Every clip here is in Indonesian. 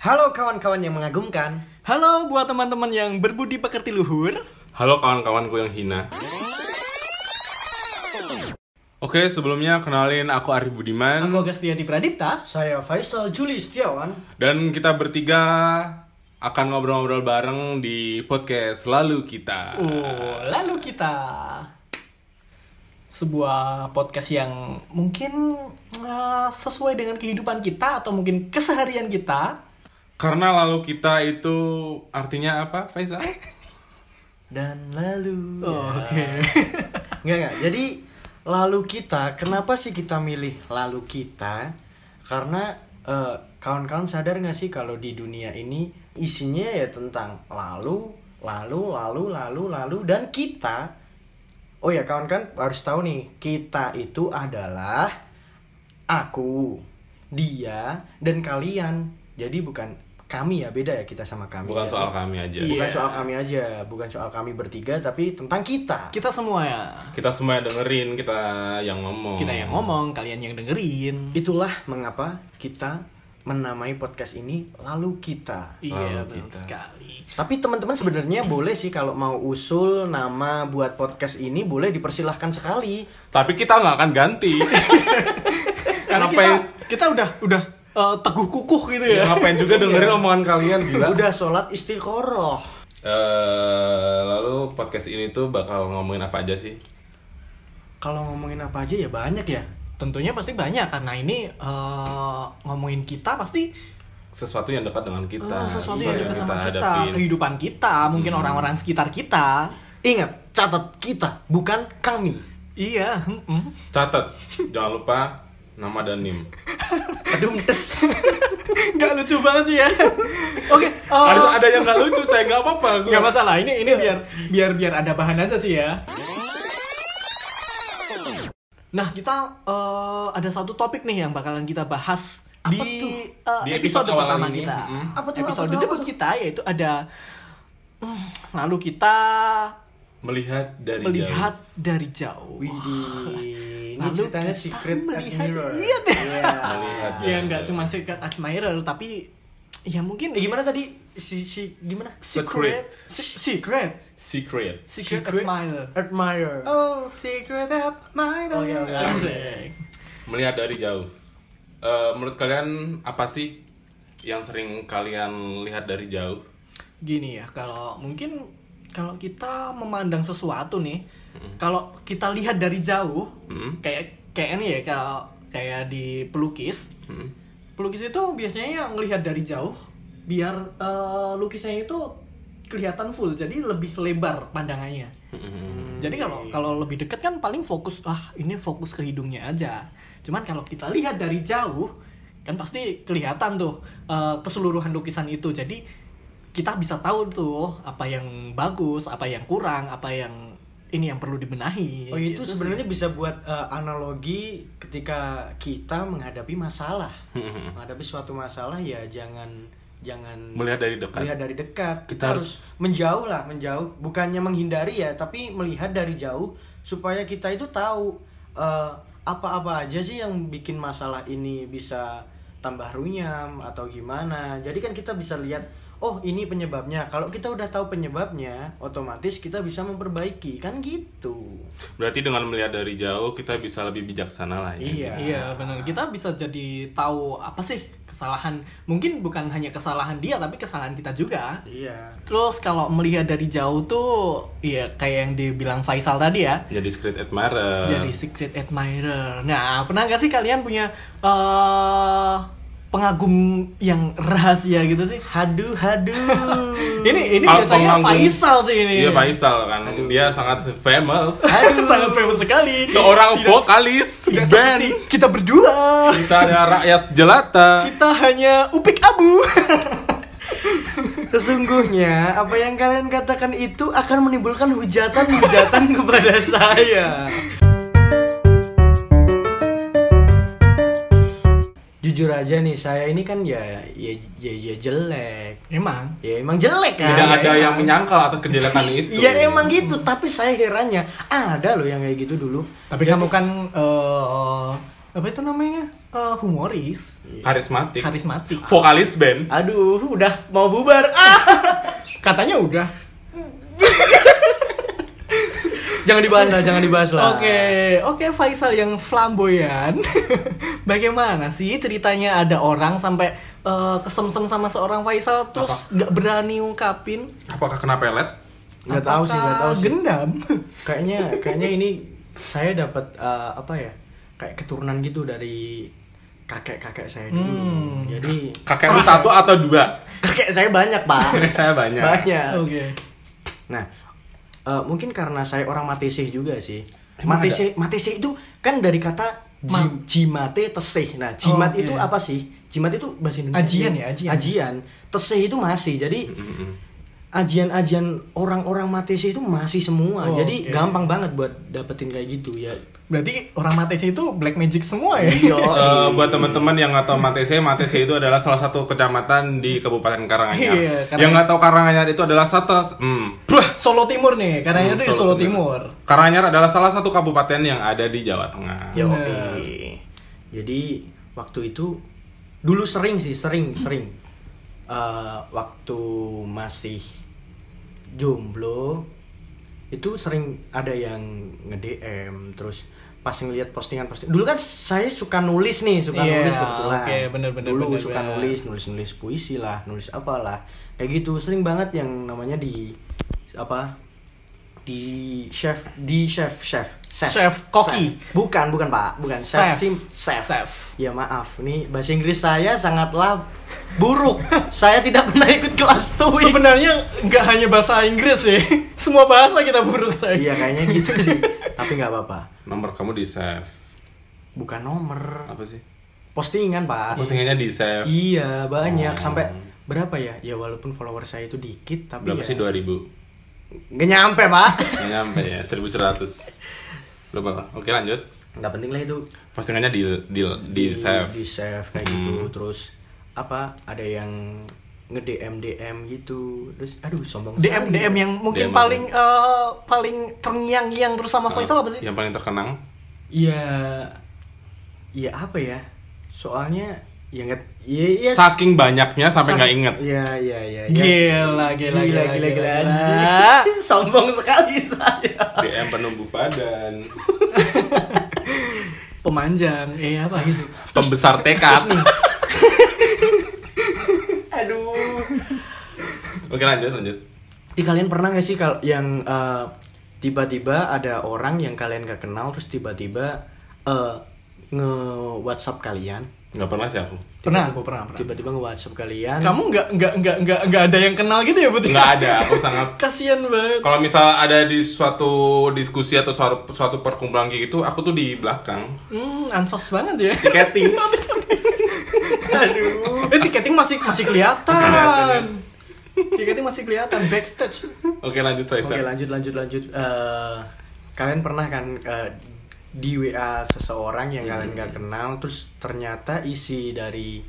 Halo kawan-kawan yang mengagumkan. Halo buat teman-teman yang berbudi pekerti luhur. Halo kawan-kawanku yang hina. Oke, sebelumnya kenalin aku Arif Budiman Aku Agustia di Pradipta. Saya Faisal Juli Setiawan. dan kita bertiga akan ngobrol-ngobrol bareng di podcast Lalu Kita. Oh, lalu kita sebuah podcast yang mungkin eh, sesuai dengan kehidupan kita atau mungkin keseharian kita. Karena Lalu Kita itu artinya apa, Faisal? Dan lalu. Oh, Ya. Oke. Enggak enggak. Jadi lalu kita, kenapa sih kita milih lalu kita? Karena eh, kawan-kawan sadar nggak sih kalau di dunia ini isinya ya tentang lalu, lalu, lalu, lalu, lalu dan kita. Oh ya kawan-kawan harus tahu nih, kita itu adalah aku, dia dan kalian. Jadi bukan kami ya beda ya kita sama kami. Bukan ya. soal kami aja. Iya. Bukan soal kami aja, bukan soal kami bertiga, tapi tentang kita. Kita semua ya. Kita semua yang dengerin, kita yang ngomong. Oh. Kita yang ngomong, kalian yang dengerin. Itulah mengapa kita menamai podcast ini lalu kita. Iya, Lalu benar kita. sekali. Tapi teman-teman sebenarnya boleh sih kalau mau usul nama buat podcast ini boleh dipersilahkan sekali. Tapi kita nggak akan ganti. Karena Ngapain- kita, kita udah udah eh, teguh kukuh gitu ya. Ya, ngapain juga dengerin omongan kalian gila. Udah sholat istiqoroh. Eh, lalu podcast ini tuh bakal ngomongin apa aja sih? Kalau ngomongin apa aja ya banyak ya. Tentunya pasti banyak karena ini eh, ngomongin kita pasti Sesuatu yang dekat dengan Nah, ya kita, Ah, sesuatu yang dekat sama kita, hadapin. kehidupan kita, mungkin orang-orang sekitar kita. Ingat, catat kita, bukan kami. Iya, mm-mm. Catat, jangan lupa nama dan nim. Aduh, tes. nggak lucu banget sih ya. Oke, eh, Ada ada yang nggak lucu, cah nggak apa-apa. gua. nggak masalah. Ini ini biar biar biar ada bahan aja sih ya. Nah, kita eh, ada satu topik nih yang bakalan kita bahas Apa di, tuh? eh, Di episode, episode awal pertama ini, kita. mm. Apa tuh, apa episode tuh, apa debut tuh? kita yaitu ada hmm, lalu kita Melihat dari melihat jauh. dari jauh. Widih. Ini Lalu ceritanya kita secret melihat- admirer. Iya deh. Iya. Melihat dari ya nggak jauh. cuma secret admirer tapi ya mungkin Eh, gimana tadi? Si si gimana? secret Se- secret secret. secret, Secret. admirer Admirer. oh secret admirer Oke, oke. iya, Asik. Melihat dari jauh. Eh, menurut kalian apa sih yang sering kalian lihat dari jauh? gini ya kalau mungkin kalau kita memandang sesuatu nih kalau kita lihat dari jauh Mm. kayak kayak ini ya kalau kayak di pelukis Hmm? pelukis itu biasanya yang ngelihat dari jauh biar eh, lukisnya itu kelihatan full jadi lebih lebar pandangannya Jadi kalau kalau lebih dekat kan paling fokus ah ini fokus ke hidungnya aja. Cuman kalau kita lihat dari jauh kan pasti kelihatan tuh eh, keseluruhan lukisan itu. Jadi kita bisa tahu tuh apa yang bagus, apa yang kurang, apa yang ini yang perlu Iya, dibenahi. Oh itu Gitu sih. sebenarnya bisa buat eh, analogi ketika kita menghadapi masalah, Hmm. menghadapi suatu masalah ya jangan jangan Melihat dari dekat. melihat dari dekat. Kita, Kita harus, menjauh lah, menjauh. Bukannya menghindari ya, tapi melihat dari jauh supaya kita itu tahu eh, apa-apa aja sih yang bikin masalah ini bisa tambah runyam atau gimana. Jadi kan kita bisa lihat Oh ini penyebabnya. Kalau kita udah tahu penyebabnya, otomatis kita bisa memperbaiki kan gitu. Berarti dengan melihat dari jauh kita bisa lebih bijaksana lah ya. Iya. Iya benar. Kita bisa jadi tahu apa sih kesalahan. Mungkin bukan hanya kesalahan dia tapi kesalahan kita juga. Iya. Terus kalau melihat dari jauh tuh ya kayak yang dibilang Faisal tadi ya. Jadi secret admirer. Jadi secret admirer. Nah, pernah nggak sih kalian punya eh, pengagum yang rahasia gitu sih? Haduh, haduh. Ini ini Kalau biasanya pengagum- Faisal sih ini. Iya Faisal kan, dia sangat famous. sangat famous sekali. Seorang vokalis Tidak band. seperti kita berdua. Kita ada rakyat jelata. Kita hanya upik abu. Sesungguhnya apa yang kalian katakan itu akan menimbulkan hujatan-hujatan kepada saya. Jujur aja nih, saya ini kan ya ya, ya, ya jelek. Emang Ya emang jelek kan. Tidak Ya, ada emang. yang menyangkal atas kejelekan itu. Iya emang gitu, tapi saya herannya ada loh yang kayak gitu dulu. Tapi kamu kan eh, apa itu namanya Eh, humoris karismatik karismatik vokalis band Aduh, udah mau bubar. Ah, katanya udah jangan dibahas lah, jangan dibahas lah. Oke, oke Faisal yang flamboyan. Bagaimana sih ceritanya ada orang sampai eh, kesemsem sama seorang Faisal terus nggak berani ungkapin? apakah kena pelet Nggak tahu sih, nggak tahu Apakah sih. Gendam. Kayaknya kayaknya ini saya dapat eh, apa ya? Kayak keturunan gitu dari kakek-kakek saya dulu. Hmm. Jadi kakek lu satu atau dua kakek saya banyak, Pak. Kakek saya banyak. Banyak. Oke. Nah, eh, mungkin karena saya orang Matesih juga sih. Emang Matesih, Matesih itu kan dari kata ji- Ma- jimate tesih. Nah, jimat Oke. itu apa sih? Jimat itu bahasa Indonesia. Ajian ya, ajian. Ajian. Tesih itu masih. Jadi Mm-mm. ajian-ajian orang-orang Matesih itu masih semua. Oh, Jadi oke. gampang banget buat dapetin kayak gitu ya. Berarti orang Matesi itu black magic semua ya? Yo, Eh, buat teman-teman yang nggak tahu Matese, Matese itu adalah salah satu kecamatan di Kabupaten Karanganyar. Iya, Karanganyar. Yang nggak tahu Karanganyar itu adalah satu, hmm, Blah. Solo Timur nih, karena Hmm, itu di Solo Timur. Karanganyar adalah salah satu kabupaten yang ada di Jawa Tengah. yo. Bener. Jadi waktu itu dulu sering sih, sering, sering. Eh, waktu masih jomblo itu sering ada yang nge-DM terus pas ngeliat postingan postingan dulu kan saya suka nulis nih suka Iya, nulis kebetulan oke, bener, bener, dulu bener, suka bener. nulis nulis nulis puisi lah nulis apalah kayak gitu sering banget yang namanya di apa di chef di chef chef Chef koki. chef. bukan bukan pak bukan chef Chef. sim chef. Chef. ya maaf nih bahasa Inggris saya sangatlah buruk saya tidak pernah ikut kelas TOEIC Sebenarnya nggak hanya bahasa Inggris sih, semua bahasa kita buruk. Shay. Iya kayaknya gitu sih. Tapi nggak apa-apa. Nomor kamu di save. Bukan nomor. Apa sih? Postingan pak. Postingannya di save. Iya banyak Oh. sampai berapa ya? Ya walaupun follower saya itu dikit tapi Berapa ya. sih 2000? Nggak nyampe pak. Nggak nyampe ya, 1100. Lupa. Oke, lanjut. Nggak penting lah itu. Postingannya di di di save. Hmm. Di save kayak gitu. Terus apa? Ada yang nge DM DM gitu. Terus aduh sombong. DM sekali. DM yang mungkin Nah. DM. paling eh, paling terngiang-ngiang terus sama Faisal apa sih? Yang paling terkenang. Iya. Iya apa ya? Soalnya ya nggak. Iya iya. Saking banyaknya sampai nggak inget. Iya iya iya. iya. Gila, gila, gila, gila, gila, gila, gila. gila. Sombong sekali saya. DM penumbuh badan, Pemanjang, eh apa gitu. pembesar tekad. Aduh. Oke, lanjut, lanjut. Di kalian pernah nggak sih kalau yang eh, tiba-tiba ada orang yang kalian gak kenal terus tiba-tiba eh, nge WhatsApp kalian? Nggak pernah sih aku. Pernah aku pernah, pernah. Tiba-tiba nge WhatsApp kalian. Kamu nggak nggak nggak nggak nggak ada yang kenal gitu ya Putri? Nggak ada, aku sangat Kasian banget. kalau misal ada di suatu diskusi atau suatu, suatu perkumpulan kayak gitu, aku tuh di belakang Hmm, ansos banget ya. tiketing. Aduh. Eh, tiketing masih masih Masih kelihatan, ya. kelihatan. Tiketing masih kelihatan backstage. Oke lanjut Oke, Faisal. lanjut lanjut lanjut. Eh, kalian pernah kan eh, di WA seseorang yang kalian Hmm. gak kenal terus ternyata isi dari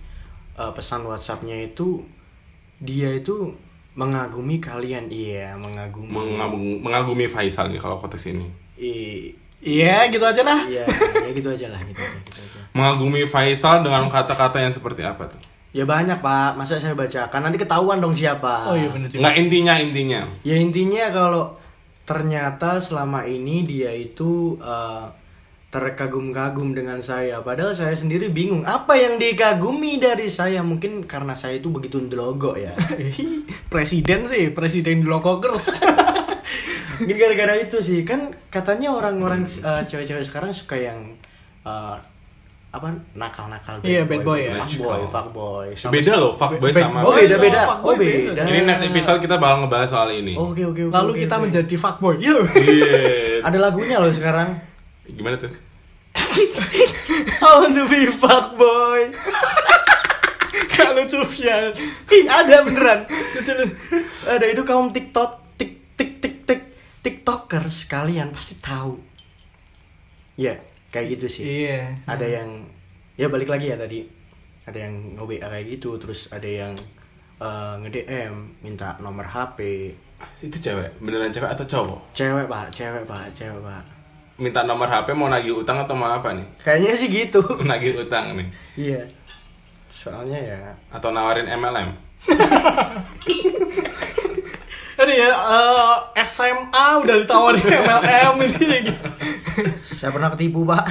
eh, pesan WhatsApp-nya itu dia itu mengagumi kalian. Iya, mengagumi. Mengagum- mengagumi Faisal nih kalau konteks ini. I- Iya, gitu aja lah. Iya, ya gitu aja lah gitu, aja, gitu aja. Mengagumi Faisal Hmm. dengan kata-kata yang seperti apa tuh? Ya banyak pak, masa saya bacakan nanti ketahuan dong siapa. Oh iya benar juga. Nggak intinya intinya. Ya intinya kalau ternyata selama ini dia itu eh, terkagum-kagum dengan saya, padahal saya sendiri bingung apa yang dikagumi dari saya. Mungkin karena saya itu begitu ndelogo ya. presiden sih, presiden Glokokers. Mungkin gara-gara itu sih kan katanya orang-orang eh, Hmm. cewek-cewek sekarang suka yang eh, apa nakal-nakal Iya, bad boy ya. fuckboy, fuckboy. Sama- Beda loh fuckboy Bad sama Oh boy. beda beda. Fuckboy Oh beda. beda. Ini next episode kita bakal ngebahas soal ini. Oke oke. oke, Lalu oke, kita oke. menjadi fuckboy. Yo. Iya. Ada lagunya loh sekarang. Gimana tuh? I want to be fuckboy. Gak lucu ya. Ih ada beneran. Lucu, lucu. ada itu kaum TikTok tik tik tik tik TikTokers kalian pasti tahu. Ya kayak gitu sih. Iya. Ada yang ya balik lagi ya tadi. Ada yang nge kayak gitu, terus ada yang eh, nge-DM minta nomor HP. Itu cewek, beneran cewek atau cowok? Cewek, Pak, cewek, Pak, cewek, Pak. minta nomor HP mau nagih utang atau mau apa nih? Kayaknya sih gitu. Nagih utang nih Iya. Soalnya ya atau nawarin MLM? Aduh ya, eh, SMA udah ditawarin MLM gitu ya gitu. saya pernah ketipu, Pak.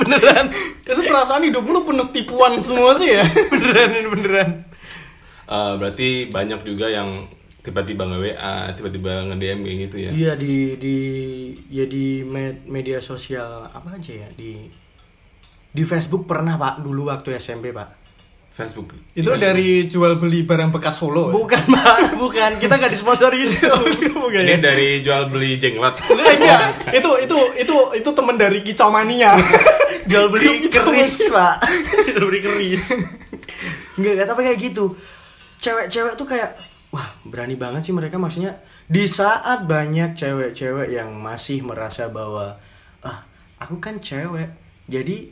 Beneran. Itu perasaan hidup lu penuh tipuan semua sih ya. Beneran, ini beneran. Eh, berarti banyak juga yang tiba-tiba nge WA, tiba-tiba nge DM kayak gitu ya. Iya di di ya di med- media sosial apa aja ya di di Facebook pernah Pak dulu waktu SMP Pak. Facebook. Itu Iya. dari jual beli barang bekas Solo. ya? Bukan Pak, bukan kita nggak disponsori itu. Bukan ya? Ini dari jual beli jenglot. Enggak, enggak. Iya, itu itu itu itu teman dari Kicomania. Jual beli keris Pak. Jual beli keris. Nggak nggak tapi kayak gitu. Cewek-cewek tuh kayak wah berani banget sih mereka maksudnya di saat banyak cewek-cewek yang masih merasa bahwa ah aku kan cewek jadi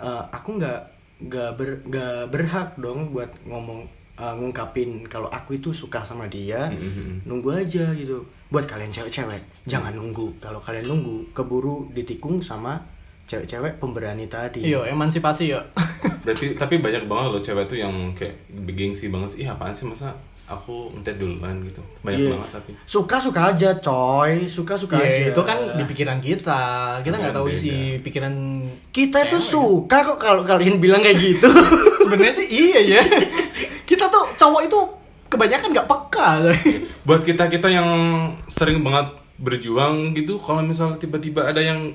eh, aku nggak nggak ber- nggak berhak dong buat ngomong eh, ngungkapin kalau aku itu suka sama dia nunggu aja gitu buat kalian cewek-cewek jangan nunggu kalau kalian nunggu keburu ditikung sama cewek-cewek pemberani tadi Yo, Iya, emansipasi yo. Berarti tapi banyak banget loh cewek tuh yang kayak begengsi banget sih. Ih apaan sih masa aku ntar duluan gitu. Banyak Iya. banget tapi. Suka-suka aja, coy. Suka-suka aja. Iya, itu kan di pikiran kita. Kita nggak tahu isi pikiran kita tuh suka kok kalau kalian bilang kayak gitu. Sebenarnya sih iya ya. Kita tuh cowok itu kebanyakan nggak peka. Buat kita kita yang sering banget berjuang gitu, kalau misalnya tiba-tiba ada yang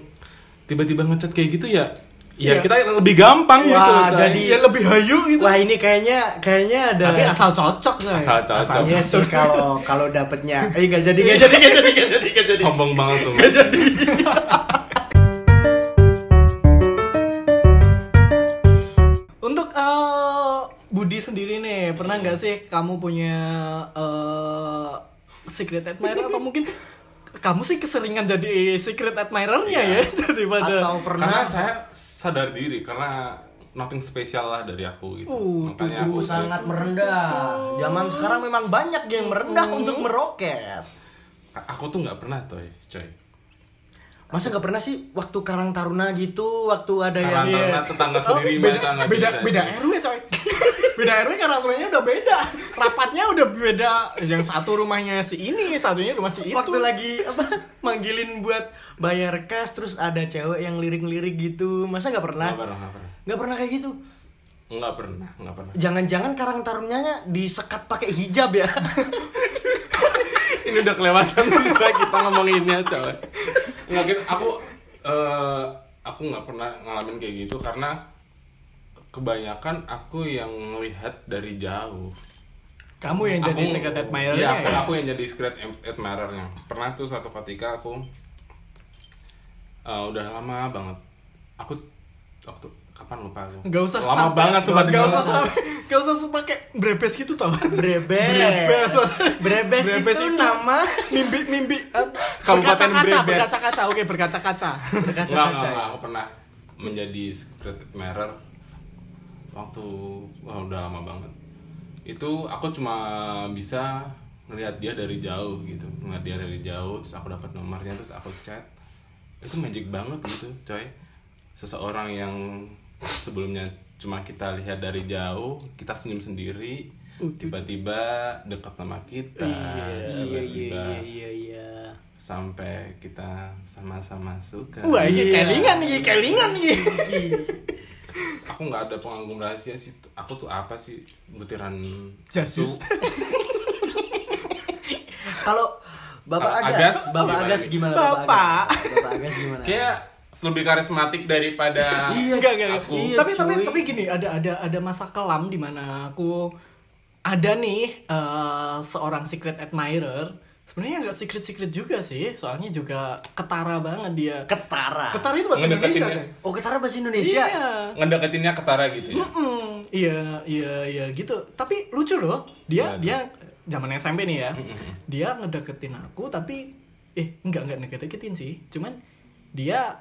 tiba-tiba ngechat kayak gitu ya, ya Iya. kita lebih Wah, gampang gitu. Cai. jadi- Iya lebih hayu gitu. Wah, ini kayaknya kayaknya ada Tapi asal cocok Iya coy. Iya, asal cocok. Asalnya Iya sih kalau kalau dapetnya eh nggak jadi nggak jadi nggak jadi nggak jadi nggak jadi Sombong banget semua. Untuk eh, Budi sendiri nih, pernah nggak sih kamu punya eh, secret admirer atau mungkin kamu sih keseringan jadi secret admirernya ya daripada atau Karena pernah saya sadar diri karena nothing spesial lah dari aku gitu. Uh, Makanya Aku aku sangat merendah. Zaman sekarang memang banyak yang merendah untuk meroket. aku tuh nggak pernah toy, coy. Iya, Masa nggak pernah sih waktu Karang Taruna gitu, waktu ada Karang yang Taruna tetangga Oh, sendiri masa beda nggak beda, bisa, beda coy. RW coy. beda RW karakternya udah beda. Rapatnya udah beda. Yang satu rumahnya si ini, satunya rumah si itu. waktu lagi apa manggilin buat bayar cash terus ada cewek yang lirik-lirik gitu masa nggak pernah Nggak pernah, nggak pernah. nggak pernah kayak gitu Nggak pernah, nggak pernah. jangan-jangan karang tarunanya disekat pakai hijab ya Ini udah kelewatan coy kita ngomonginnya coy. Nggak gitu, aku eh, aku nggak pernah ngalamin kayak gitu karena kebanyakan aku yang melihat dari jauh. Kamu yang jadi secret admirernya Iya, ya. aku, aku yang jadi secret ad- admirernya. Pernah tuh suatu ketika aku eh, udah lama banget. Aku waktu kapan lupa aku. Gak usah lama sampai- banget sumpah demi Gak usah Allah. sampai- gak usah sampai pakai brebes gitu tau. brebes brebes, Brebes itu, itu. nama mimpi mimpi Kabupaten berkaca-kaca, Brebes. berkaca-kaca oke berkaca-kaca Enggak, Kaca-kaca enggak, ya? enggak. Aku pernah menjadi secret admirer waktu wah udah lama banget. Itu aku cuma bisa melihat dia dari jauh gitu. Melihat dia dari jauh terus aku dapat nomornya terus aku chat. Itu magic banget gitu, coy. Seseorang yang sebelumnya cuma kita lihat dari jauh, kita senyum sendiri, tiba-tiba dekat sama kita. iya iya tiba-tiba iya iya iya sampai kita sama-sama suka. wah Iya. iya kelingan iya kelingan iya aku nggak ada pengagum rahasia sih aku tuh apa sih butiran Jasus. su- kalau Bapak Kalau Agas, Agas, Bapak gimana Agas nih? gimana Bapak. Agas? Bapak Agas gimana? kayak lebih karismatik daripada iya enggak enggak aku Iya, tapi tapi cuy. tapi gini ada ada ada masa kelam di mana aku ada nih eh, seorang secret admirer sebenarnya nggak secret secret juga sih soalnya juga ketara banget dia Ketara. ketara itu bahasa Ngedeketin Indonesia ya. coy. Oh, Ketara bahasa Indonesia. iya ngedeketinnya ketara gitu ya Mm, iya iya iya gitu tapi lucu loh dia Waduh. dia zaman SMP nih ya dia ngedeketin aku tapi eh enggak enggak ngedeketin sih cuman dia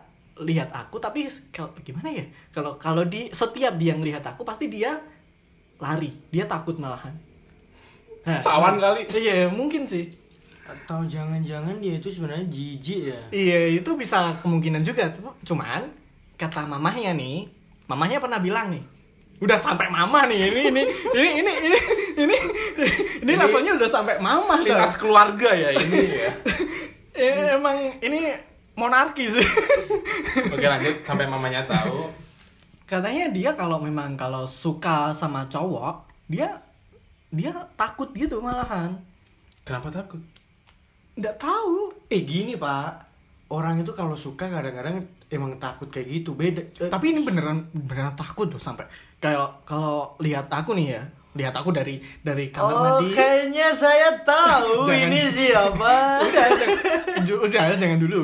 lihat aku tapi kalau gimana ya kalau kalau di setiap dia ngelihat aku pasti dia lari dia takut malahan Nah, sawan kali iya mungkin sih Atau jangan-jangan dia itu sebenarnya jijik ya? Iya itu bisa kemungkinan juga Cuma- cuman kata mamahnya nih mamahnya pernah bilang nih udah sampai mama nih ini ini ini ini ini ini ini Iya. levelnya udah sampai mama Lintas coy. keluarga ya ini ya. Eh, emang ini monarki sih Oke lanjut sampai mamanya tahu. katanya dia kalau memang kalau suka sama cowok dia dia takut gitu malahan Kenapa takut? nggak tahu Eh gini pak, orang itu kalau suka kadang-kadang emang takut kayak gitu beda. eh, tapi ini beneran beneran takut loh sampai kalau kalau lihat aku nih ya lihat aku dari dari kamar oh mandi kayaknya saya tahu Jangan. ini siapa. udah jangan- ju- udah jangan dulu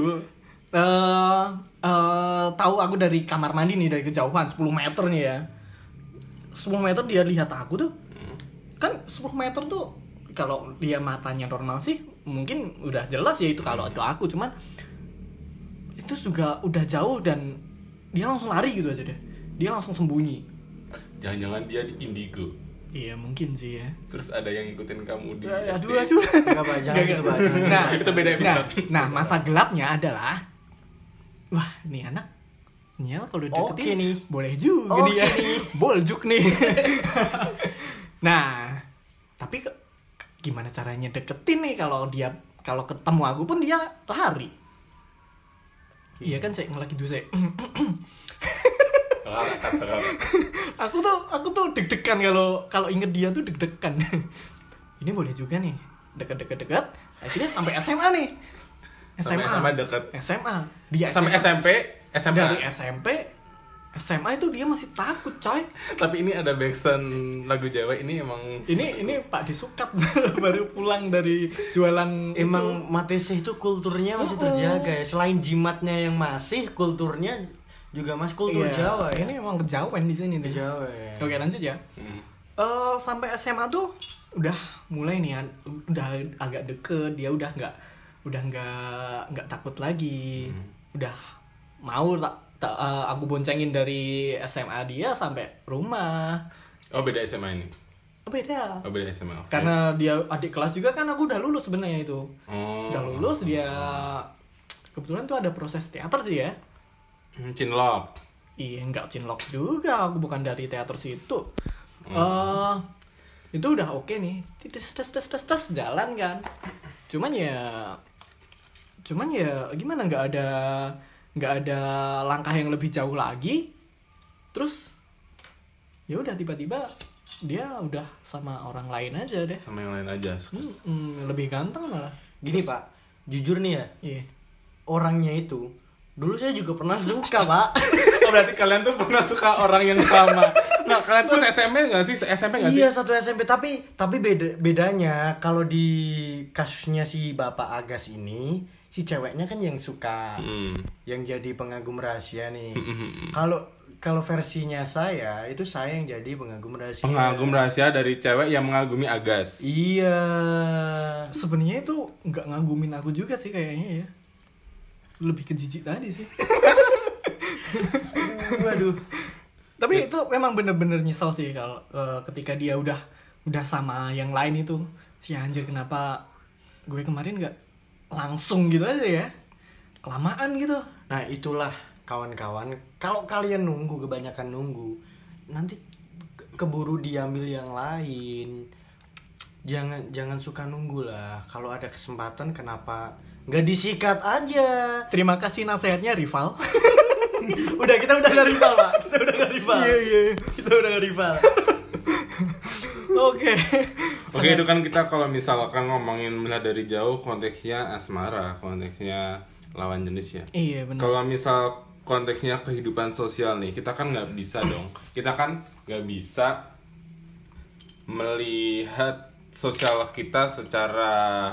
eh eh, tahu aku dari kamar mandi nih dari kejauhan 10 meter nih ya 10 meter dia lihat aku tuh kan 10 meter tuh kalau dia matanya normal sih mungkin udah jelas ya itu kalau itu aku cuman itu juga udah jauh dan dia langsung lari gitu aja deh dia langsung sembunyi Jangan-jangan dia di indigo. iya mungkin sih ya Terus ada yang ngikutin kamu di Ya, SD. aduh aduh Enggak pak, jangan Nggak, gitu nggak. pak. jangan. Nah, Itu beda episode. Nah, nah, masa gelapnya adalah wah, ini anak Nyel kalau udah Oke nih. boleh juga Oke dia. Boljuk nih. nah, tapi ke- gimana caranya deketin nih kalau dia kalau ketemu aku pun dia lari. Iya kan, saya ngelaki dulu saya. Kelarat, kelarat. aku tuh aku tuh deg-degan kalau kalau inget dia tuh deg-degan ini boleh juga nih deket-deket-deket akhirnya sampai SMA nih SMA Sampai SMA deket. SMA dia Sampai SMA. SMP, SMP. dari SMP SMA itu dia masih takut coy Tapi ini ada backsound lagu Jawa ini emang ini ini Pak disukat baru pulang dari jualan itu. Emang Matese itu kulturnya masih Uh-uh. terjaga ya. Selain jimatnya yang masih, kulturnya juga masih kultur Iya, Jawa ya. ini emang kejauhan di sini Ke tuh. Jawa ya. oke lanjut ya Hmm. Eh, sampai SMA tuh udah mulai nih an- udah agak deket dia udah nggak udah nggak nggak takut lagi Hmm. udah mau tak tak- eh, aku boncengin dari SMA dia sampai rumah Oh beda SMA ini. beda Oh beda SMA. oke. karena dia adik kelas juga kan aku udah lulus sebenarnya itu Oh. udah lulus dia kebetulan tuh ada proses teater sih ya Hmm, Cinlok. Iya, nggak cinlok juga. Aku bukan dari teater situ. Eh, itu udah oke nih. Tes tes tes tes tes jalan kan. Cuman ya, cuman ya gimana? Nggak ada nggak ada langkah yang lebih jauh lagi. Terus ya udah tiba-tiba dia udah sama orang lain aja deh. Sama yang lain aja. Terus Hmm, lebih ganteng malah. Gini pak, jujur nih ya, Iya. orangnya itu dulu saya juga pernah suka pak. Iya Oh, berarti kalian tuh pernah suka orang yang sama. Nah, kalian tuh SMP nggak sih? SMP nggak sih? Iya satu SMP tapi tapi beda bedanya kalau di kasusnya si Bapak Agas ini si ceweknya kan yang suka Hmm. yang jadi pengagum rahasia nih. Mm-mm. Kalau kalau versinya saya itu saya yang jadi pengagum rahasia. Pengagum rahasia dari cewek yang mengagumi Agas. Iya. Sebenarnya itu nggak ngagumin aku juga sih kayaknya ya. Lebih ke jijik tadi sih. Waduh. Iya. tapi itu memang bener-bener nyesel sih kalau eh, ketika dia udah udah sama yang lain itu si anjir kenapa gue kemarin nggak langsung gitu aja ya kelamaan gitu Nah, itulah kawan-kawan, kalau kalian nunggu kebanyakan nunggu, nanti ke- keburu diambil yang lain. Jangan jangan suka nunggu lah. Kalau ada kesempatan kenapa nggak disikat aja? terima kasih nasihatnya rival Udah kita udah nggak rival, Pak. Kita udah nggak rival. iya Kita udah nggak rival. oke Oke, itu kan kita kalau misalkan ngomongin melihat dari jauh konteksnya asmara, konteksnya lawan jenis ya. iya benar Kalau misal konteksnya kehidupan sosial nih, kita kan nggak bisa dong. Kita kan nggak bisa melihat sosial kita secara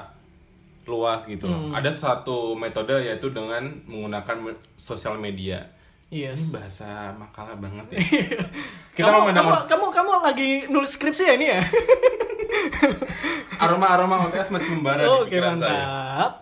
luas gitu loh. Hmm. Ada satu metode yaitu dengan menggunakan me- sosial media. yes Ini bahasa makalah banget ya. kita kamu, kamu, memandang kamu kamu lagi nulis skripsi ya ini ya aroma-aroma OTS masih membara oke di pikiran saya. mantap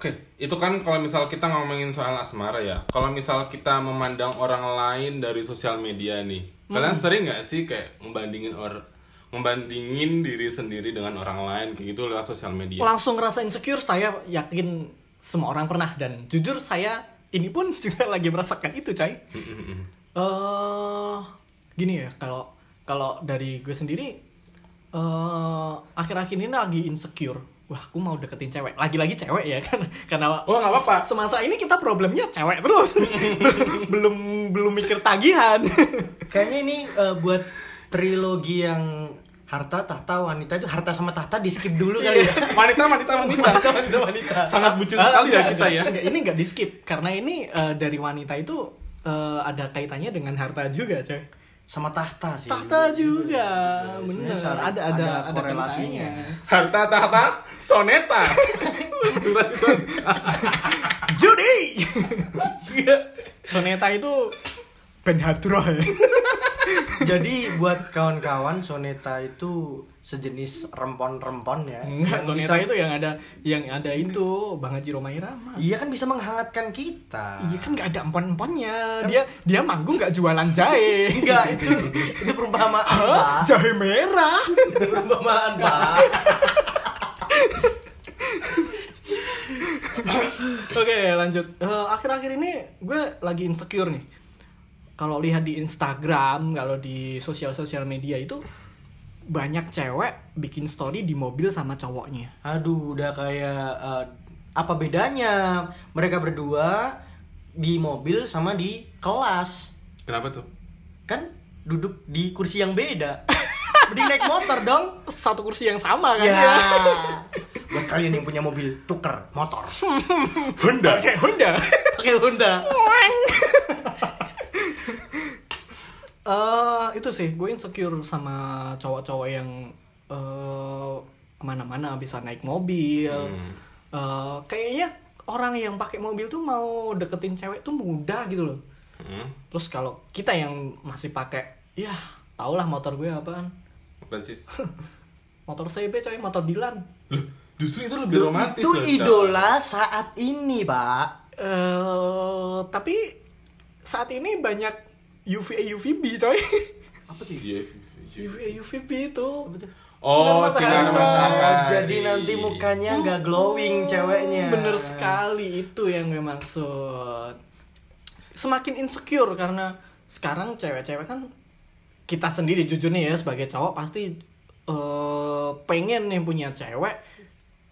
Oke, itu kan kalau misal kita ngomongin soal asmara ya. Kalau misal kita memandang orang lain dari sosial media nih, kalian sering nggak sih kayak membandingin or membandingin diri sendiri dengan orang lain kayak gitu lewat sosial media langsung ngerasa insecure saya yakin semua orang pernah dan jujur saya ini pun juga lagi merasakan itu coy eh gini ya kalau kalau dari gue sendiri eh akhir-akhir ini lagi insecure wah aku mau deketin cewek lagi-lagi cewek ya kan karena Oh, nggak apa-apa. semasa ini kita problemnya cewek terus belum belum mikir tagihan Kayaknya ini eh, buat trilogi yang harta tahta wanita itu harta sama tahta di skip dulu kali ya. Iya. Iya, wanita wanita wanita wanita wanita Iya, sangat bucin sekali ya kita ya ini nggak di skip karena ini eh, dari wanita itu eh, ada kaitannya dengan harta juga coy Sama tahta sih. Iya, tahta juga bener Sebenarnya sa- ada ada ada, ada korelasinya. kaitannya. harta tahta soneta judi soneta itu band hadroh ya Jadi buat kawan-kawan soneta itu sejenis rempon-rempon ya. Yang Enggak, Hmm, soneta bisa- itu yang ada yang ada itu bang haji romai rama Iya kan bisa menghangatkan kita. Iya kan nggak ada empon-emponnya. Dia dia manggung nggak jualan jahe. Enggak, itu itu perumpamaan, Hah? Pak. jahe merah. Itu perumpamaan, Pak. Oke lanjut. Eh, Akhir-akhir ini gue lagi insecure nih. Kalau lihat di Instagram, kalau di sosial-sosial media itu banyak cewek bikin story di mobil sama cowoknya. Aduh, udah kayak eh, apa bedanya mereka berdua di mobil sama di kelas? kenapa tuh Kan duduk di kursi yang beda. Mending naik motor dong. Satu kursi yang sama kan Ya. ya? Buat kalian yang punya mobil, tuker motor. Honda Pakai Honda. Pakai Honda. Eh, itu sih gue insecure sama cowok-cowok yang eh kemana-mana bisa naik mobil. Eh, kayaknya orang yang pakai mobil tuh mau deketin cewek tuh mudah gitu loh. Hmm, Terus kalau kita yang masih pakai, ya tau lah motor gue apaan. apaan sih? Motor CB coy, motor Dilan. Loh, justru itu lebih romantis Itu loh, Cak. idola saat ini, Pak. eh tapi saat ini banyak UVA UVB coy. Apa Iya, iya. UVA UVB itu. Oh, Sinar sinar matahari, matahari. Oh, jadi nanti mukanya nggak glowing ceweknya. Hmm, Bener sekali itu yang gue maksud. Semakin insecure karena sekarang cewek-cewek kan kita sendiri jujur nih ya sebagai cowok pasti eh, pengen yang punya cewek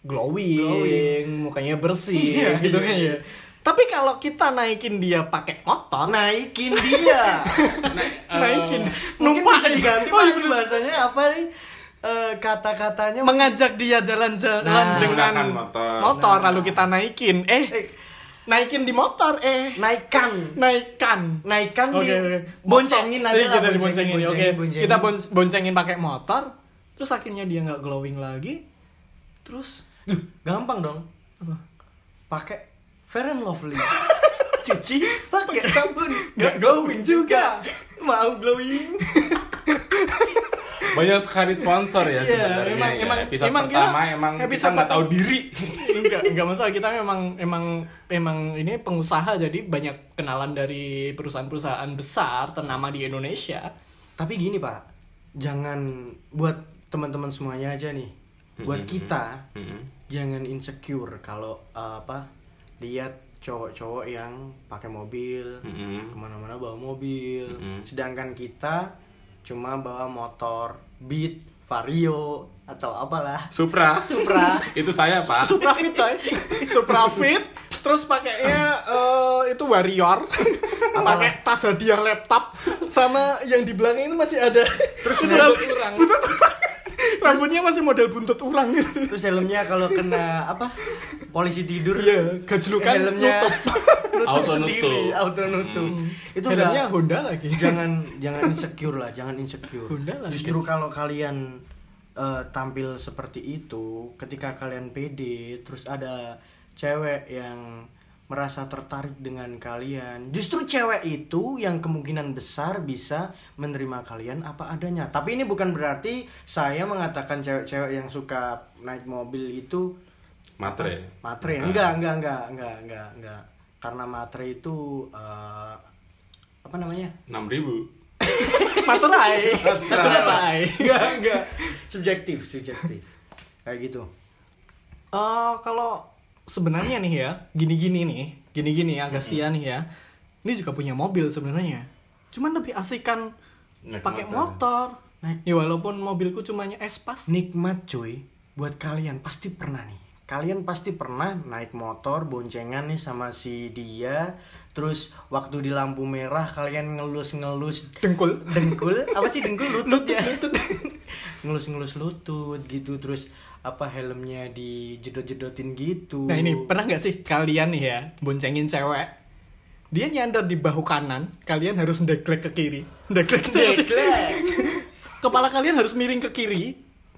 glowing, mukanya bersih Iya, gitu iya. kan ya. Tapi kalau kita naikin dia pakai motor, Naikin dia. naikin, Eh, Mungkin bisa numpahin. diganti Oh, Pak. iya bener. bahasanya apa nih? Eh, kata-katanya mengajak dia jalan-jalan Nah. dengan Menggunakan motor. motor, lalu kita naikin eh, naikin di motor eh naikkan. naikkan Nah. Naikkan Oke, di oke. boncengin aja Iya, lah, kita diboncengin, boncengin, oke. boncengin. kita bon- boncengin pakai motor terus akhirnya dia nggak glowing lagi terus Duh, gampang dong. apa? Pakai Fair and Lovely. Cuci pakai sabun. nggak glowing juga mau glowing Banyak sekali sponsor Iya, ya sebenarnya. emang- ya. emang- episode emang kita- pertama emang kita episode nggak tahu pertama- diri. enggak enggak masalah kita memang emang emang ini pengusaha jadi banyak kenalan dari perusahaan-perusahaan besar ternama di Indonesia Tapi gini, Pak. Jangan buat teman-teman semuanya aja nih. Buat Hmm, kita Mm-hmm. Mm-mm. jangan insecure kalau uh, apa lihat cowok-cowok yang pakai mobil Mm-mm. kemana-mana bawa mobil Mm-mm. sedangkan kita cuma bawa motor beat vario atau apalah Supra. supra Itu saya, Pak. Suprafit coy Suprafit Terus pakainya eh, itu warrior pakai tas hadiah laptop sama yang di belakang ini masih ada terus buntut urang. buntut urang. rambutnya masih model buntut urang gitu terus helmnya kalau kena apa polisi tidur Iya, gajlukan helmnya nutup. nutup Auto sendiri nutup. auto nutup itu udah- helmnya Honda lagi jangan jangan insecure lah jangan insecure Bunda lah. justru kalau kalian eh, tampil seperti itu ketika kalian pede terus ada cewek yang merasa tertarik dengan kalian justru cewek itu yang kemungkinan besar bisa menerima kalian apa adanya tapi ini bukan berarti saya mengatakan cewek-cewek yang suka naik mobil itu Matre. Nah, matre enggak enggak enggak enggak enggak enggak karena matre itu eh, apa namanya 6000. materai materai enggak enggak subjektif subjektif kayak gitu Eh, kalau sebenarnya nih ya gini-gini nih gini-gini Agastia nih ya ini juga punya mobil sebenarnya cuman lebih asik kan Naik pakai motor. motor, ya walaupun mobilku cumanya espas nikmat cuy buat kalian pasti pernah nih kalian pasti pernah naik motor boncengan nih sama si dia terus waktu di lampu merah kalian ngelus-ngelus dengkul dengkul apa sih dengkul lutut ya lutut. ngelus-ngelus lutut gitu terus apa helmnya dijedot-jedotin gitu nah ini pernah nggak sih kalian nih ya boncengin cewek dia nyandar di bahu kanan kalian harus deklek ke kiri deklek kepala kalian harus miring ke kiri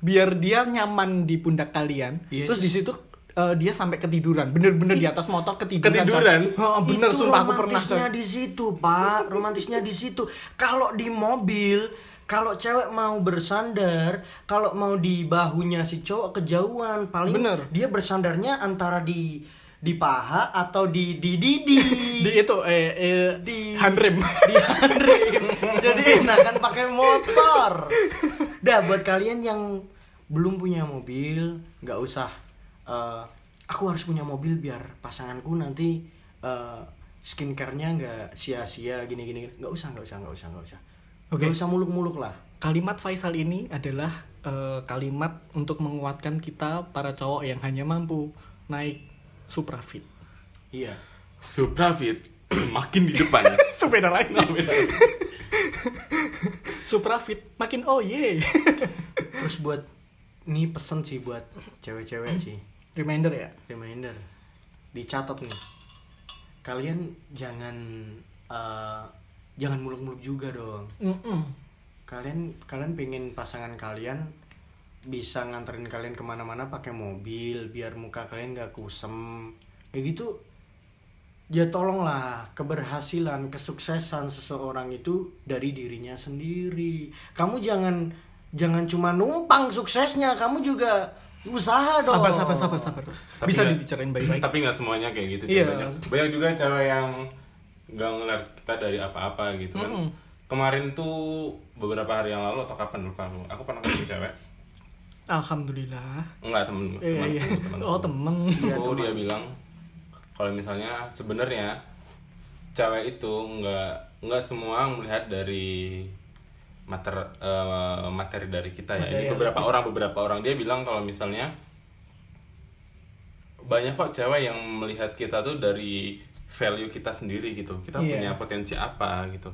biar dia nyaman di pundak kalian Iya, terus just- di situ eh, dia sampai ketiduran bener-bener di atas motor ketiduran Ketiduran? Coy. Heeh, bener itu sumpah aku pernah coy romantisnya di situ pak romantisnya di situ kalau di mobil kalau cewek mau bersandar kalau mau di bahunya si cowok kejauhan paling Bener. dia bersandarnya antara di di paha atau di di di di di itu eh, eh Di- handrem di handrim. jadi enakan pakai motor dah buat kalian yang belum punya mobil nggak usah eh, aku harus punya mobil biar pasanganku nanti eh, skincare-nya nggak sia-sia gini-gini nggak usah nggak usah nggak usah nggak usah Oke. nggak usah muluk-muluk lah kalimat Faisal ini adalah eh, kalimat untuk menguatkan kita para cowok yang hanya mampu naik Supra Fit. iya Suprafit semakin di depan. Itu beda lagi. Nah, beda. Supra Fit makin oh ye. terus buat ini pesen sih buat cewek-cewek sih Reminder ya. reminder dicatat nih kalian jangan eh, jangan muluk-muluk juga dong Mm-mm. kalian kalian pengen pasangan kalian bisa nganterin kalian kemana-mana pakai mobil biar muka kalian gak kusem kayak gitu ya tolonglah keberhasilan kesuksesan seseorang itu dari dirinya sendiri kamu jangan jangan cuma numpang suksesnya kamu juga usaha dong Sabar sabar sabar sabar. Tapi Bisa nggak- dibicarain baik-baik. Tapi nggak semuanya kayak gitu. Iya. Banyak, banyak juga cewek yang nggak ngeliat kita dari apa-apa gitu kan. Mm-mm. Kemarin tuh beberapa hari yang lalu atau kapan lupa aku. Aku pernah ketemu cewek. Alhamdulillah. Enggak temen Eh, temen- iya. temen- temen- Oh temen. Aku dia bilang kalau misalnya sebenarnya cewek itu nggak nggak semua melihat dari mater, eh, materi dari kita ya. Ini beberapa orang beberapa orang dia bilang kalau misalnya banyak kok cewek yang melihat kita tuh dari value kita sendiri gitu. Kita Iya. punya potensi apa gitu.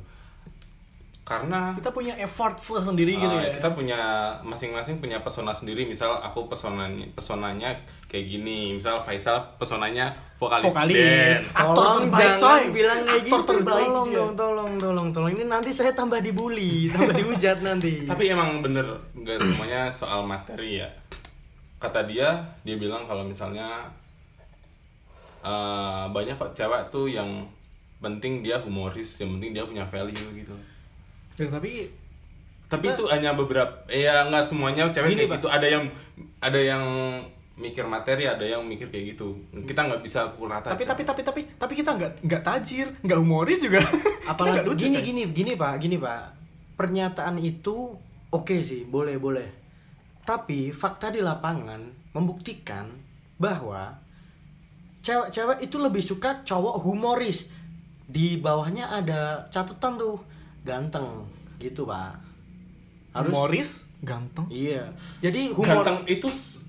Karena Kita punya effort sendiri gitu ya. Ah, Kita punya masing-masing punya pesona sendiri. Misal aku pesonanya pesonanya kayak gini. Misal Faisal pesonanya vokalis. Vokalis. band. Aktor tolong terbaik, jangan coy. bilang kayak Aktor gitu terbaik tolong dia. dong tolong tolong tolong ini nanti saya tambah dibully tambah dihujat nanti Tapi emang bener nggak semuanya soal materi ya. Kata dia, dia bilang kalau misalnya eh, banyak kok cewek tuh yang penting dia humoris, yang penting dia punya value gitu. Ya, tapi Tapi itu hanya beberapa, eh, ya nggak semuanya cewek Gini, Pak. kayak gitu. Ada yang ada yang mikir materi, ada yang mikir kayak gitu. Kita nggak bisa pukul rata. tapi cewek. tapi tapi tapi tapi kita nggak nggak tajir, nggak humoris juga. Kita apalagi nggak lucu, gini coy. gini gini pak gini pak pernyataan itu oke sih boleh boleh tapi fakta di lapangan membuktikan bahwa cewek-cewek itu lebih suka cowok humoris di bawahnya ada catatan tuh ganteng gitu pak harus Humoris, ganteng. iya jadi humor ganteng itu s-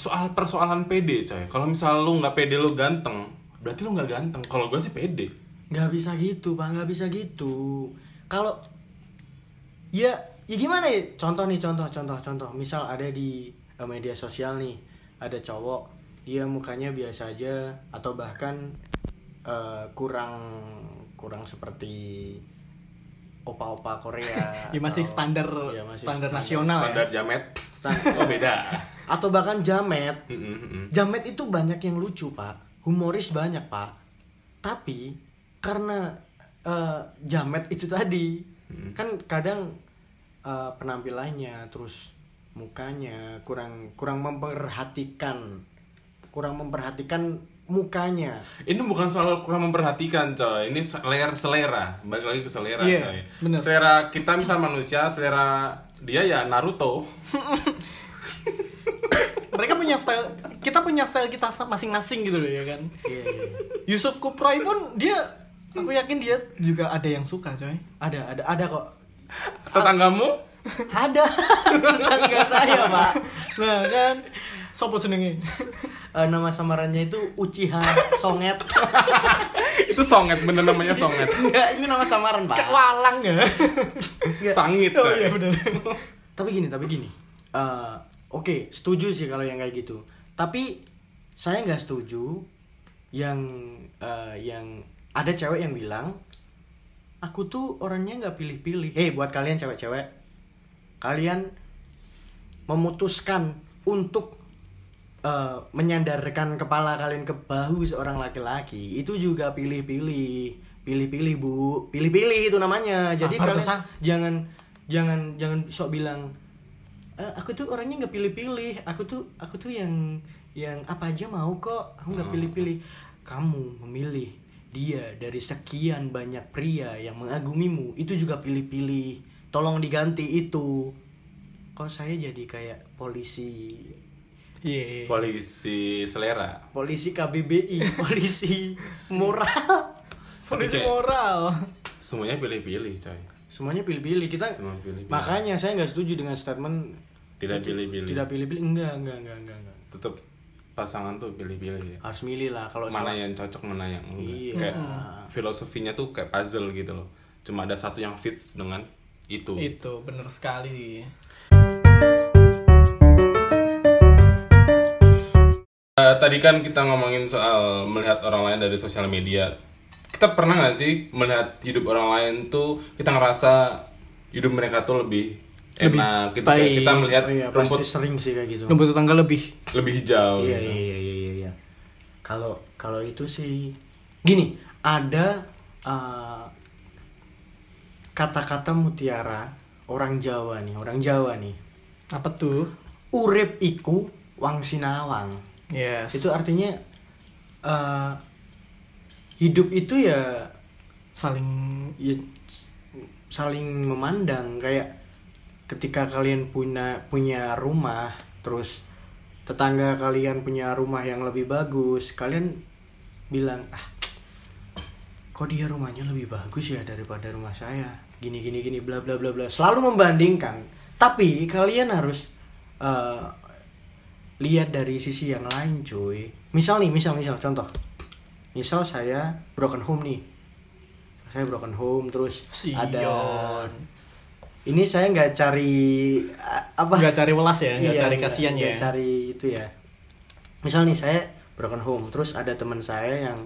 soal persoalan pede coy. Kalau misal lu nggak pede lu ganteng, berarti lu nggak ganteng. Kalau gue sih pede. nggak bisa gitu pak nggak bisa gitu kalau ya ya gimana ya contoh nih contoh contoh contoh misal ada di eh, media sosial nih ada cowok dia mukanya biasa aja atau bahkan eh, kurang kurang seperti opa-opa Korea Ya masih atau- standar Iya, masih standar nasional Standar ya. jamet. Standar. Oh beda. atau bahkan jamet Mm-mm, mm-mm. Jamet itu banyak yang lucu pak, humoris banyak pak. Tapi karena eh, Jamet itu tadi kan kadang eh, penampilannya terus mukanya kurang kurang memperhatikan kurang memperhatikan mukanya. Ini bukan soal kurang memperhatikan coy, ini selera selera, balik lagi ke selera Iya, coy. bener. Selera kita misal manusia, selera dia ya Naruto. mereka punya style kita punya style kita sa- masing-masing gitu loh ya kan Yusuf Kuproy pun dia aku yakin dia juga ada yang suka coy Ada ada ada kok. Ah. Tetanggamu? Ada tetangga saya Ah, iya, pak. nah kan sopo jenenge Eh, nama samarannya itu Uchiha Songet. Itu songet, bener namanya songet. Enggak, ini nama samaran pak. walang ya Sangit oh iya coy. benar tapi gini tapi gini Eh, oke setuju sih kalau yang kayak gitu tapi saya nggak setuju yang eh, yang ada cewek yang bilang aku tuh orangnya nggak pilih-pilih hei buat kalian cewek-cewek kalian memutuskan untuk eh, menyandarkan kepala kalian ke bahu seorang laki-laki itu juga pilih-pilih pilih-pilih bu pilih-pilih itu namanya jadi Sabar, kalian Tosang. jangan jangan jangan sok bilang "Eh, aku tuh orangnya nggak pilih-pilih aku tuh aku tuh yang yang apa aja mau kok aku nggak pilih-pilih kamu memilih dia dari sekian banyak pria yang mengagumimu itu juga pilih-pilih tolong diganti itu kok saya jadi kayak polisi iya Polisi selera. polisi KBBI polisi moral polisi Oke. moral Semuanya pilih-pilih coy. semuanya pilih-pilih kita Semua pilih-pilih. makanya saya nggak setuju dengan statement Tidak pilih-pilih. tidak pilih-pilih enggak enggak enggak enggak, enggak. Tetap pasangan tuh pilih-pilih ya. harus milih lah kalau mana sama- yang cocok mana yang enggak. Oh, Iya. Kayak Mm. filosofinya tuh kayak puzzle gitu loh. Cuma ada satu yang fits dengan itu. itu bener sekali Eh, tadi kan kita ngomongin soal melihat orang lain dari sosial media. Kita pernah nggak sih melihat hidup orang lain tuh kita ngerasa hidup mereka tuh lebih enak gitu kayak baik. kita melihat Oh iya, rumput pasti sering sih kayak gitu. nomor tetangga lebih lebih hijau Iya, gitu. iya, iya, iya, iya, iya. Kalau kalau itu sih gini, ada eh, kata-kata mutiara orang Jawa nih, orang Jawa nih. apa tuh Urip iku wang sinawang. yes Itu artinya eh, hidup itu ya saling ya saling memandang kayak ketika kalian punya punya rumah terus tetangga kalian punya rumah yang lebih bagus kalian bilang ah kok dia rumahnya lebih bagus ya daripada rumah saya gini gini gini bla bla bla bla selalu membandingkan tapi kalian harus eh, lihat dari sisi yang lain cuy misal nih misal misal contoh misal saya broken home nih saya broken home terus Sion. ada ini saya nggak cari a- apa nggak cari welas ya nggak Iya, cari kasihan nggak ya cari itu ya misal nih saya broken home terus ada teman saya yang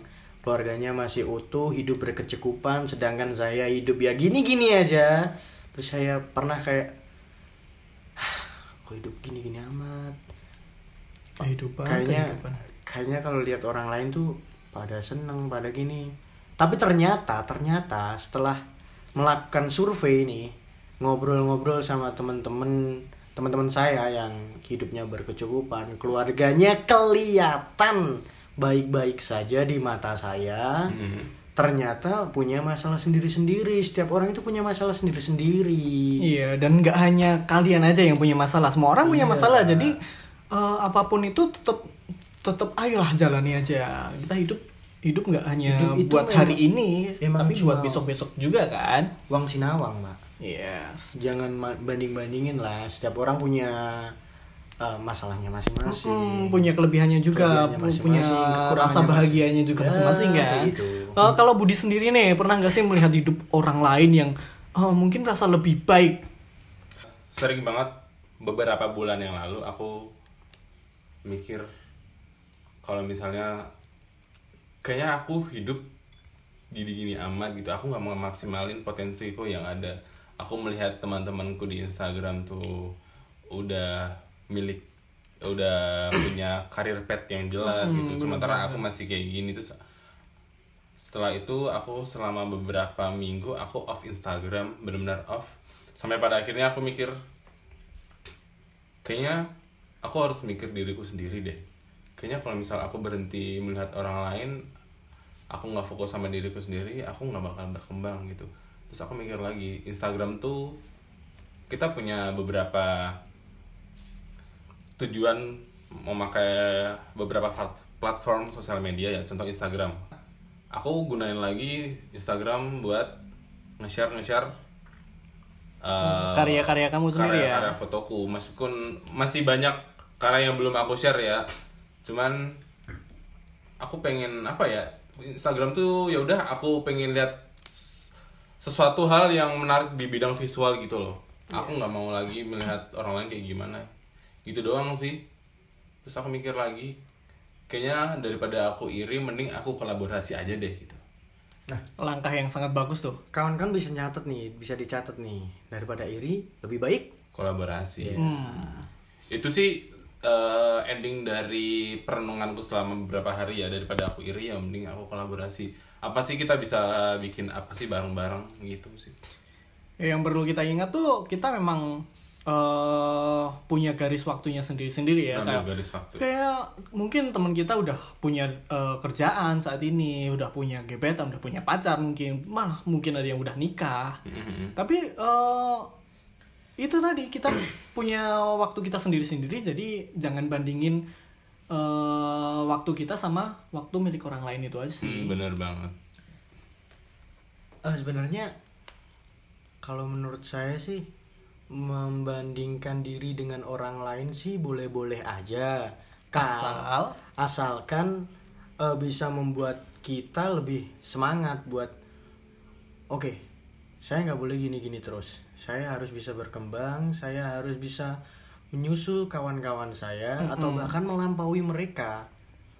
keluarganya masih utuh hidup berkecukupan sedangkan saya hidup ya gini gini aja terus saya pernah kayak "Ah, kok hidup gini gini amat kehidupan kayaknya kehidupan. kayaknya kalau lihat orang lain tuh pada seneng pada gini tapi ternyata ternyata setelah melakukan survei ini ngobrol-ngobrol sama temen-temen teman-teman saya yang hidupnya berkecukupan keluarganya kelihatan baik-baik saja di mata saya ternyata punya masalah sendiri-sendiri setiap orang itu punya masalah sendiri-sendiri Iya, dan nggak hanya kalian aja yang punya masalah, semua orang Iya. punya masalah. Jadi eh, apapun itu tetap tetap ayolah jalani aja. Kita hidup hidup nggak hanya Hidup itu buat memang- hari ini, memang tapi cuma- buat besok-besok juga kan. uang sinawang mbak Yes. jangan ma- banding-bandingin lah setiap orang punya eh, masalahnya masing-masing Hmm, punya kelebihannya juga, Kelebihannya pu- masing-masing, punya kekurangannya rasa bahagianya masing- juga Ya, masing-masing kan. kayak gitu. Eh, kalau Budi sendiri nih, pernah nggak sih melihat hidup orang lain yang eh, mungkin rasa lebih baik? Sering banget beberapa bulan yang lalu aku mikir kalau misalnya kayaknya aku hidup gini-gini amat gitu. Aku nggak memaksimalin potensiku yang ada. Aku melihat teman-temanku di Instagram tuh udah milik udah punya karir pet yang jelas gitu. Sementara aku masih kayak gini terus setelah itu aku selama beberapa minggu aku off Instagram benar-benar off sampai pada akhirnya aku mikir kayaknya aku harus mikir diriku sendiri deh kayaknya kalau misal aku berhenti melihat orang lain aku nggak fokus sama diriku sendiri aku nggak bakal berkembang gitu terus aku mikir lagi Instagram tuh kita punya beberapa tujuan memakai beberapa plat- platform sosial media ya contoh Instagram aku gunain lagi Instagram buat nge-share nge-share uh, Karya-karya kamu sendiri ya? karya fotoku meskipun masih banyak karya yang belum aku share ya cuman aku pengen apa ya Instagram tuh ya udah aku pengen lihat sesuatu hal yang menarik di bidang visual gitu loh Iya. aku nggak mau lagi melihat orang lain kayak gimana gitu doang sih terus aku mikir lagi kayaknya daripada aku iri mending aku kolaborasi aja deh gitu Langkah yang sangat bagus tuh. Kawan-kawan kan bisa nyatet nih, bisa dicatat nih. Daripada iri, lebih baik Iya. kolaborasi Hmm. itu sih eh, ending dari perenunganku selama beberapa hari ya daripada aku iri ya mending aku kolaborasi apa sih kita bisa bikin apa sih bareng-bareng gitu sih Ya, Yang perlu kita ingat tuh kita memang eh punya garis waktunya sendiri-sendiri ya. ambil Kayak, garis waktu kayak mungkin teman kita udah punya eh, kerjaan saat ini, udah punya gebetan, udah punya pacar mungkin, malah mungkin ada yang udah nikah. Mhm. Tapi eh, itu tadi kita punya waktu kita sendiri-sendiri, jadi jangan bandingin eh, waktu kita sama waktu milik orang lain itu aja Hmm, sih. bener banget Eh, sebenarnya kalau menurut saya sih membandingkan diri dengan orang lain sih boleh-boleh aja. Kal- Asal asalkan eh, bisa membuat kita lebih semangat buat oke, saya nggak boleh gini-gini terus. Saya harus bisa berkembang, saya harus bisa menyusul kawan-kawan saya atau bahkan melampaui mereka.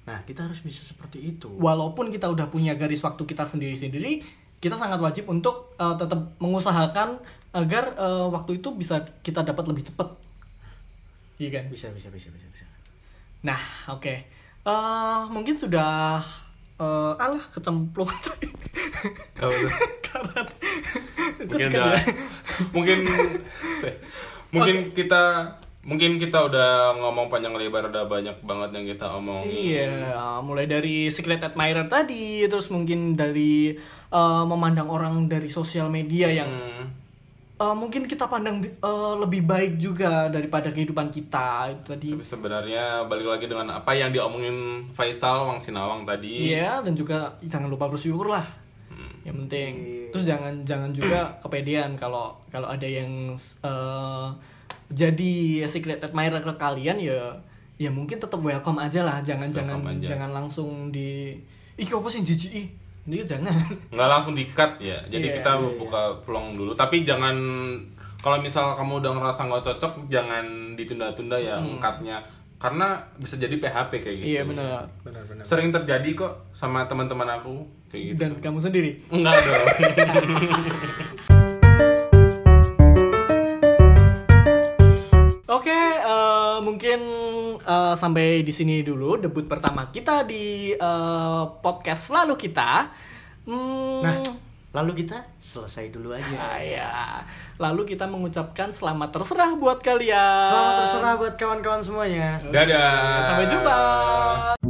Nah, kita harus bisa seperti itu. walaupun kita udah punya garis waktu kita sendiri-sendiri, kita sangat wajib untuk eh, tetap mengusahakan agar eh, waktu itu bisa kita dapat lebih cepat. Iya kan? Bisa bisa bisa bisa bisa. Nah, oke. Eh, mungkin sudah eh, alah kecemplung karena mungkin Ikut kan udah- ya? mungkin se- mungkin kita mungkin kita udah ngomong panjang lebar udah banyak banget yang kita omongin Iya, mulai dari secret admirer tadi, terus mungkin dari eh, memandang orang dari sosial media yang Hmm, eh, mungkin kita pandang eh, lebih baik juga daripada kehidupan kita itu tadi. tapi sebenarnya balik lagi dengan apa yang diomongin Faisal Wang Sinawang tadi Iya, dan juga jangan lupa bersyukur lah. Hmm. Yang penting. Terus jangan jangan juga kepedean kalau kalau ada yang eh, jadi secret admirer ke kalian ya ya mungkin tetap welcome aja lah. Jangan jangan Welcome aja. jangan langsung di ih apa sih jijik ih. Ini ya jangan. nggak langsung di cut ya jadi Iya, kita iya, buka peluang dulu tapi jangan kalau misal kamu udah ngerasa nggak cocok jangan ditunda-tunda ya cutnya karena bisa jadi PHP kayak gitu Hmm. iya benar. Benar-benar. sering terjadi kok sama teman-teman aku kayak gitu Dan kamu sendiri. Enggak dong. Oke, eh, mungkin eh, sampai di sini dulu debut pertama kita di eh, podcast lalu kita. Hmm, Nah, lalu kita selesai dulu aja. ah, ya. Lalu kita mengucapkan selamat terserah buat kalian. Selamat terserah buat kawan-kawan semuanya. Dadah. Sampai jumpa.